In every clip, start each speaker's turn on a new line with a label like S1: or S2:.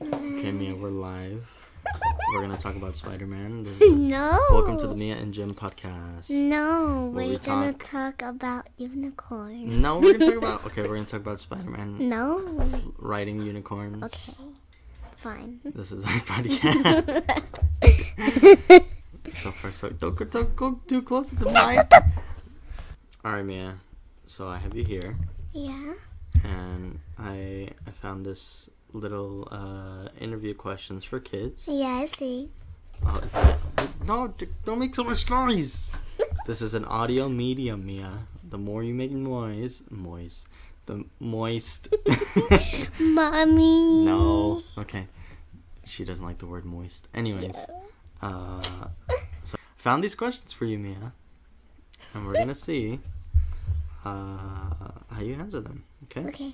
S1: Kenya, we're live. We're gonna talk about Spider-Man. This is-
S2: No.
S1: Welcome to the Mia and Jim podcast.
S2: No,
S1: Will we
S2: we're gonna
S1: talk-
S2: talk about unicorn.
S1: No, we're gonna talk about. Okay, we're gonna talk about Spider-Man
S2: No.
S1: riding unicorns.
S2: Okay. Fine.
S1: This is our podcast. so far, so don't go, don't go too close to the mic. All right, Mia. So I have you here,
S2: yeah.
S1: and I I found this little uh, interview questions for kids.
S2: Yeah, I see.
S1: Oh, is that- no, d- don't make so much noise. this is an audio medium, Mia. The more you make noise, moist, the moist.
S2: Mommy.
S1: no, okay. She doesn't like the word moist. Anyways, uh, so I found these questions for you, Mia, and we're gonna see uh, how you answer them. Okay.
S2: Okay.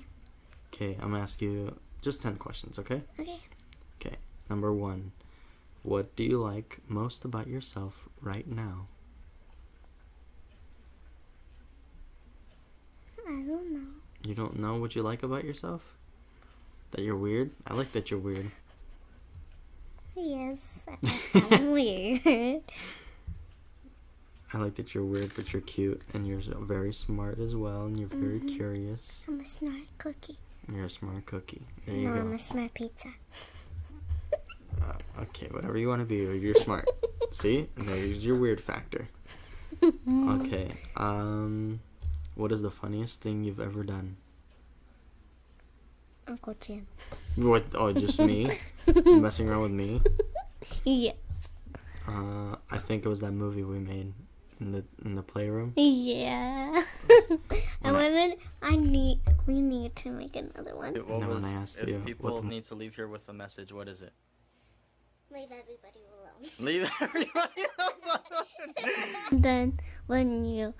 S1: Okay, I'm gonna ask you just ten questions. Okay.
S2: Okay.
S1: Okay. Number one, what do you like most about yourself right now?
S2: I don't know.
S1: You don't know what you like about yourself? That you're weird? I like that you're weird.
S2: Yes, I'm weird.
S1: I like that you're weird, but you're cute and you're so- very smart as well and you're very
S2: Mm-hmm.
S1: curious.
S2: I'm a smart cookie.
S1: You're a smart cookie. There you
S2: No, I'm
S1: go.
S2: a smart pizza.
S1: Uh, okay, whatever you want to be, you're smart. See? Uh, And There's your weird factor.
S2: Mm-hmm.
S1: Okay. Um what is the funniest thing you've ever done?
S2: Uncle Jim.
S1: What oh just me? messing around with me?
S2: Yeah.
S1: Uh I think it was that movie we made in the in the playroom.
S2: Yeah. I
S1: When I-
S2: wanna. I need. We need to make another one.
S3: What
S1: No, and
S3: was,
S1: I asked
S3: if
S1: you what
S3: people
S1: the-
S3: need to leave here with a message, what is it?
S2: Leave everybody alone.
S3: Leave everybody alone.
S2: then when you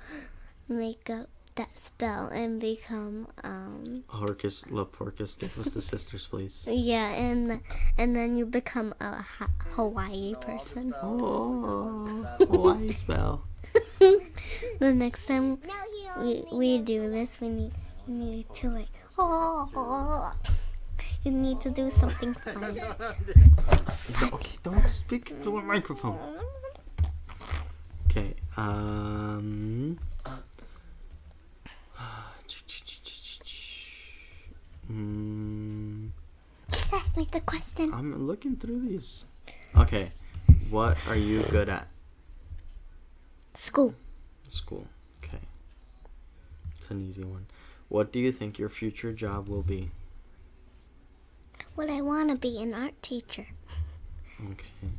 S2: make up that spell and become um
S1: Horcus love Horcus, give us the sisters, please.
S2: yeah and and then you become a ha- hawaii person
S1: Oh, Hawaii spell.
S2: the next time
S4: No, he
S2: we,
S4: only
S2: we do this we need you need to like oh you need to do something funny
S1: Okay, don't speak to the microphone. Okay, um. Mm,
S2: just ask me the question
S1: I'm looking through these. Okay, what are you good at?
S2: school
S1: School. Okay. It's an easy one. What do you think your future job will be?
S2: what i want to be an art teacher
S1: Okay.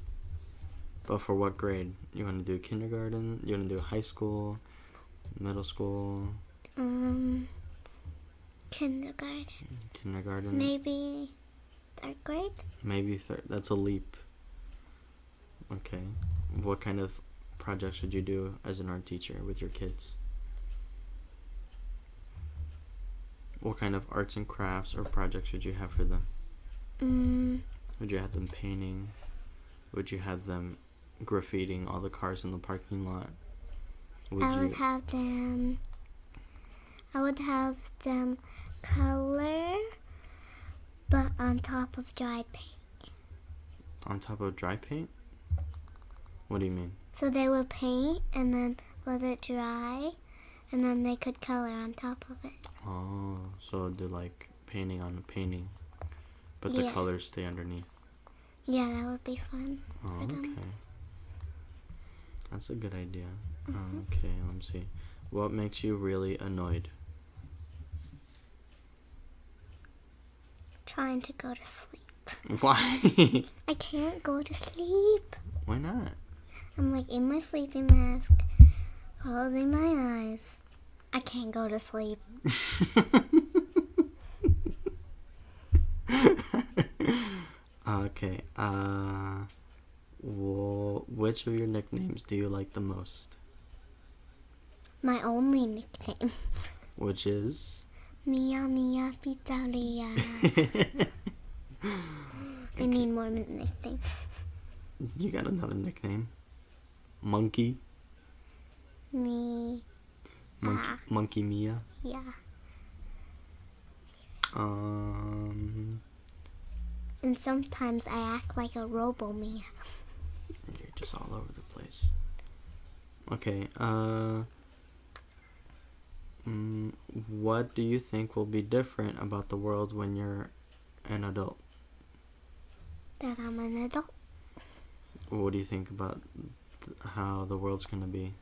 S1: But for what grade? You want to do kindergarten? You want to do high school? Middle school?
S2: um kindergarten
S1: Kindergarten?
S2: maybe third grade
S1: Maybe third. That's a leap. Okay. What kind of projects would you do as an art teacher with your kids? What kind of arts and crafts or projects would you have for them?
S2: mm,
S1: Would you have them painting? Would you have them graffiting all the cars in the parking lot? Would
S2: I would
S1: you-
S2: have them. I would have them color, but on top of dried paint.
S1: On top of dry paint? What do you mean?
S2: So they would paint and then let it dry, and then they could color on top of it.
S1: Oh, so they're like painting on painting, but the
S2: Yeah.
S1: colors stay underneath.
S2: Yeah, that would be fun.
S1: Oh,
S2: don't
S1: okay.
S2: know.
S1: That's a good idea. Oh,
S2: Mm-hmm.
S1: Okay, let me see. What makes you really annoyed?
S2: Trying to go to sleep.
S1: Why?
S2: I can't go to sleep.
S1: Why not?
S2: I'm like in my sleeping mask, closing my eyes. I can't go to sleep.
S1: okay. Uh, wh- which of your nicknames do you like the most?
S2: My only nickname,
S1: Which is
S2: Mia Mia Pizzeria. I need more min- nicknames.
S1: you got another nickname? Monkey,
S2: Me,
S1: monkey,
S2: Ah.
S1: monkey Mia.
S2: yeah.
S1: Um,
S2: And sometimes I act like a robo me.
S1: You're just all over the place. Okay, uh. Mm, what do you think will be different about the world when you're an adult?
S2: That I'm an adult.
S1: What do you think about th- how the world's gonna be?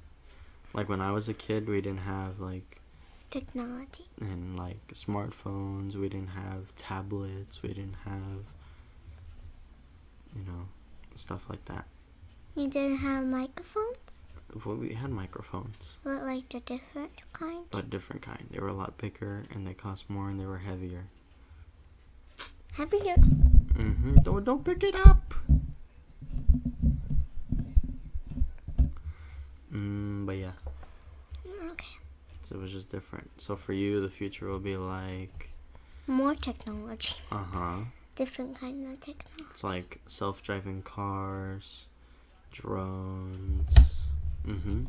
S1: Like when I was a kid, we didn't have like
S2: Technology.
S1: and like smartphones. We didn't have tablets. We didn't have, you know, stuff like that.
S2: You didn't have microphones,
S1: Well, we had microphones,
S2: but like the different kind.
S1: but different kind. They were a lot bigger and they cost more and they were heavier.
S2: Heavier.
S1: Mm-hmm. Don't don't pick it up. Mm, but yeah,
S2: Okay.
S1: so it was just different. So for you, the future will be like,
S2: More technology.
S1: uh huh.
S2: Different kind of technology.
S1: It's like self-driving cars, drones. Mm-hmm.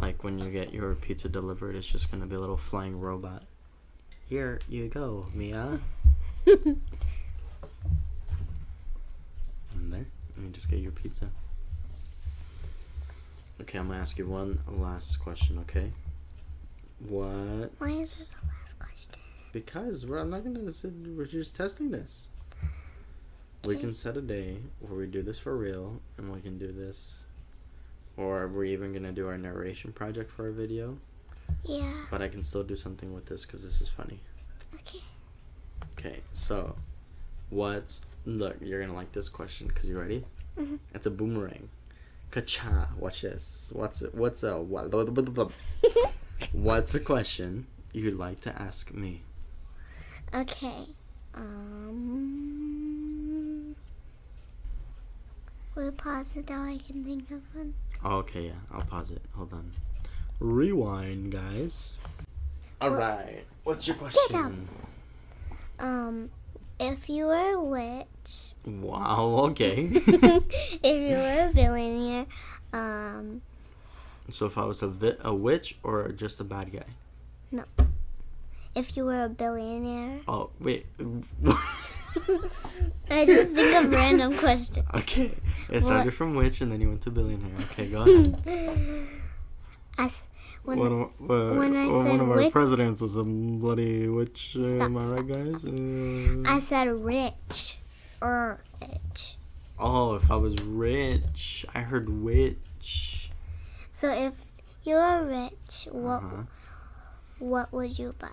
S1: Like when you get your pizza delivered, it's just gonna be a little flying robot. Here you go, Mia. and there, and you just get your pizza. Okay, I'm gonna ask you one last question. Okay. What?
S2: Why is it the last question?
S1: Because we're, I'm not gonna. s- We're just testing this. We can set a day where we do this for real, and we can do this, or we're even gonna do our narration project for a video.
S2: Yeah.
S1: But I can still do something with this because this is funny.
S2: Okay.
S1: Okay, so what's look? You're gonna like this question because you ready?
S2: Mhm.
S1: It's a boomerang. Kacha! Watch this. What's it? What's a what? blah, blah, blah, blah. What's a question you'd like to ask me?
S2: okay. Um. We'll pause it now. I can think of one.
S1: Okay, yeah, I'll pause it. Hold on. Rewind, guys. All right. What's your question?
S2: up. Um, if you were a witch,
S1: Wow. Okay.
S2: if you were a billionaire, um,
S1: so if I was a vi- a witch or just a bad guy?
S2: if you were a billionaire,
S1: Oh wait.
S2: I just think of random questions.
S1: okay. It started from witch and then you went to billionaire. Okay, go ahead.
S2: As when
S1: One of, uh,
S2: when I
S1: one
S2: said
S1: of our
S2: witch-
S1: presidents was a bloody witch. Uh,
S2: Stop,
S1: am I
S2: stop,
S1: right, guys? Uh,
S2: I said rich or rich.
S1: oh, if I was rich, I heard witch.
S2: So if you were rich, what
S1: Uh-huh.
S2: what would you buy?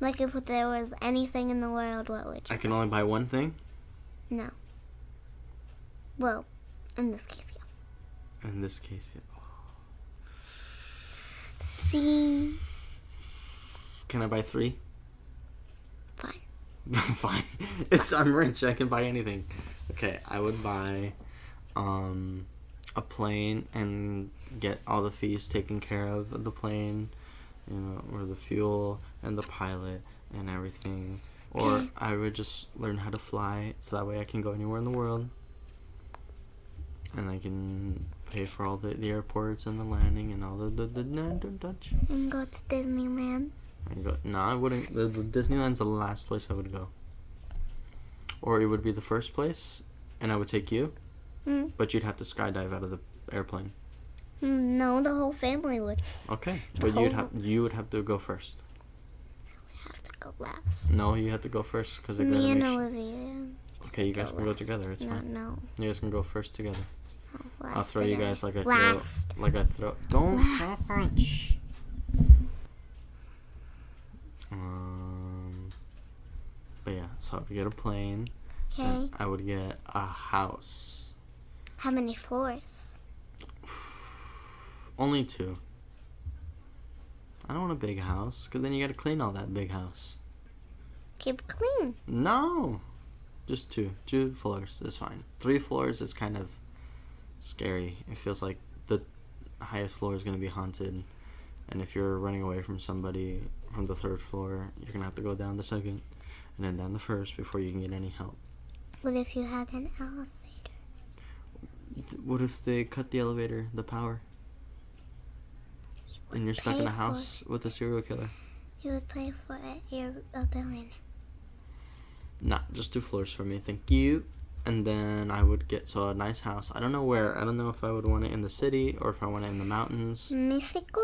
S2: Like if there was anything in the world, what would
S1: I
S2: you?
S1: can only buy one thing.
S2: Well, in this case, yeah.
S1: In this case, yeah.
S2: See,
S1: Can I buy three?
S2: Fine.
S1: Fine. It's I'm rich. I can buy anything. Okay, I would buy um a plane and get all the fees taken care of of the plane, you know, or the fuel and the pilot and everything. Or
S2: Okay.
S1: I would just learn how to fly so that way I can go anywhere in the world. And I can pay for all the, the airports and the landing and all the the, the, the, the, the
S2: and go to Disneyland.
S1: and go, no, I wouldn't. The, the Disneyland's the last place I would go. Or it would be the first place, and I would take you,
S2: Mm.
S1: but you'd have to skydive out of the airplane.
S2: Mm, No, the whole family would
S1: Okay, but you'd have
S2: Hold
S1: you would have to go first.
S2: have to go last.
S1: No, you have to go first because they gotta
S2: Me
S1: make
S2: and
S1: sure.
S2: Olivia.
S1: Okay, you guys
S2: go
S1: can go
S2: last.
S1: together. It's
S2: no,
S1: fine.
S2: No,
S1: You guys can go first together.
S2: no,
S1: I'll
S2: last
S1: throw you
S2: together.
S1: guys like I
S2: last.
S1: throw like I throw. Don't
S2: Last.
S1: touch. Um, but yeah, so I would get a plane. and
S2: Okay.
S1: I would get a house.
S2: How many floors?
S1: Only two. I don't want a big house, because then you gotta clean all that big house.
S2: Keep it clean.
S1: No! Just two. Two floors is fine. Three floors is kind of scary. It feels like the highest floor is gonna be haunted. And if you're running away from somebody from the third floor, you're gonna have to go down the second and then down the first before you can get any help.
S2: What if you had an elevator?
S1: Th- What if they cut the elevator, the power? And you're stuck in
S2: pay
S1: a
S2: for
S1: house with a serial killer.
S2: You would pay for it. You're a billionaire.
S1: Nah, just two floors for me, thank you. And then I would get so a nice house. I don't know where. I don't know if I would want it in the city or if I want it in the mountains.
S2: Mexico?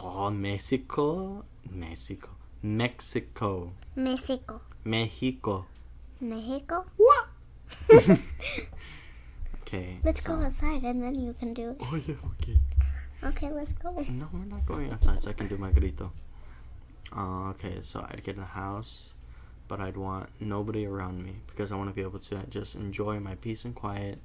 S1: Oh, Mexico, Mexico, Mexico,
S2: Mexico.
S1: Mexico.
S2: Mexico?
S1: What? okay.
S2: Let's
S1: so-
S2: go outside and then you can do it.
S1: Oh yeah, okay.
S2: Okay, let's go.
S1: No, we're not going outside, so I can do my grito. Uh, okay, so I'd get a house, but I'd want nobody around me because I want to be able to just enjoy my peace and quiet,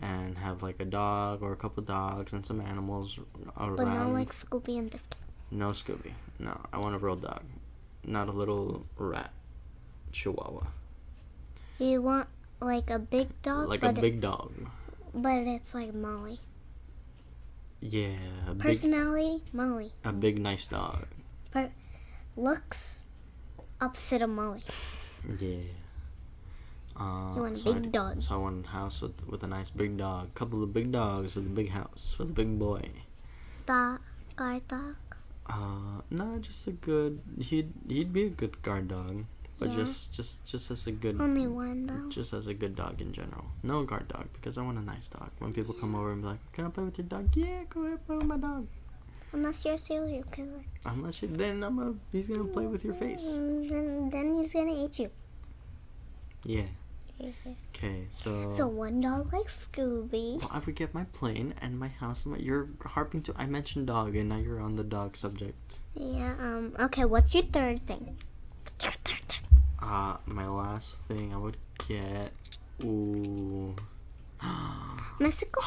S1: and have like a dog or a couple dogs and some animals around.
S2: But not like Scooby and Biscuit.
S1: No Scooby. No, I want a real dog, not a little rat, Chihuahua,
S2: You want like a big dog,
S1: like a
S2: Oh, but,
S1: big dog.
S2: but it's like Molly.
S1: Yeah, a big,
S2: Personality, Molly.
S1: a big nice dog.
S2: Looks, opposite of Molly.
S1: Yeah. Uh,
S2: You want a
S1: so
S2: big
S1: I'd-
S2: dog.
S1: So I want a house with, with a nice big dog. Couple of big dogs with a big house with a big boy.
S2: Dog, guard dog.
S1: Uh, no, just a good. He'd he'd be a good guard dog, but
S2: Yeah.
S1: just just just as a good.
S2: Only one though.
S1: Just as a good dog in general. No guard dog because I want a nice dog. When people come over and be like, "Can I play with your dog?" Yeah, go ahead, play with my dog.
S2: Unless you're a serial killer.
S1: Unless you, then I'm a, he's gonna play with your face.
S2: Mm, Then, then he's gonna eat you.
S1: Yeah. Okay, so.
S2: So one dog likes Scooby.
S1: Well, I would get my plane and my house. And my, you're harping to. I mentioned dog, and now you're on the dog subject.
S2: Yeah. Um. Okay. What's your third thing? What's your third thing?
S1: Uh, my last thing I would get. Ooh.
S2: Mexico.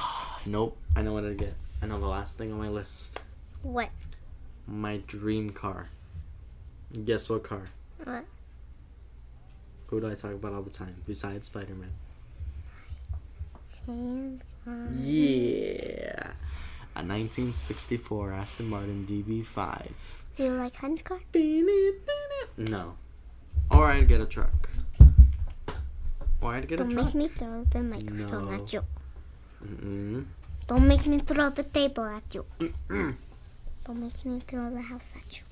S1: Nope. I know what I'd get. I know the last thing on my list.
S2: What?
S1: My dream car. Guess what car?
S2: What?
S1: Who do I talk about all the time besides Spider Man?
S2: James Bond.
S1: Yeah. A 1964 Aston Martin DB5.
S2: Do you like Hunt's car?
S1: No. Or I'd get a truck. Or I'd get a
S2: Don't
S1: truck.
S2: make me throw the microphone
S1: No.
S2: at you.
S1: Mm-mm.
S2: Don't make me throw the table at you.
S1: Mm-mm.
S2: Don't make me throw the house at you.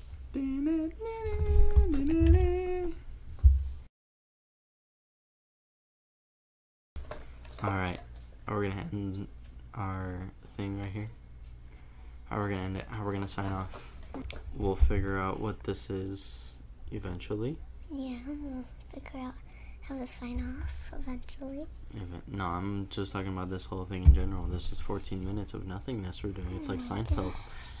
S1: All right, are we gonna end our thing right here? How we're gonna end it? How we're gonna sign off? We'll figure out what this is eventually.
S2: Yeah. We'll figure out how to sign off eventually.
S1: Even- Mm-hmm. No, I'm just talking about this whole thing in general. This is 14 minutes of nothingness we're doing. It's like
S2: Oh,
S1: Seinfeld,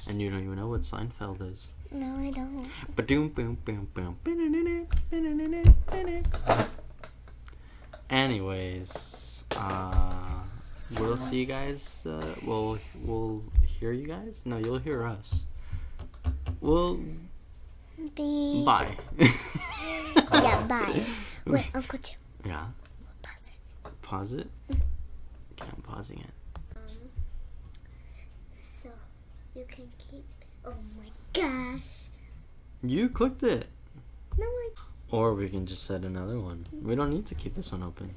S1: and you don't even know what Seinfeld is.
S2: No, I don't.
S1: Ba-doom, boom, boom, boom. Anyways, uh, we'll see you guys. Uh, we'll we'll hear you guys. No, you'll hear us. We'll
S2: Be.
S1: bye.
S2: Yeah. Bye. Wait, Uncle Jim.
S1: Yeah.
S2: Pause it.
S1: Pause it.
S2: Mm-hmm.
S1: Okay, I'm pausing it.
S2: So you can keep. Oh my gosh.
S1: You clicked it.
S2: No, I
S1: Or we can just set another one. We don't need to keep this one open.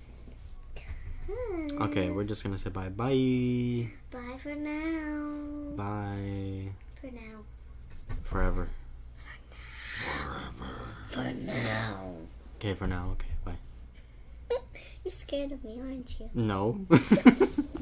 S2: can't.
S1: Okay, we're just gonna say bye bye.
S2: Bye for now.
S1: Bye.
S2: For now.
S1: Forever.
S2: For now.
S1: Okay, for now. Okay, bye.
S2: You're scared of me, aren't you?
S1: No.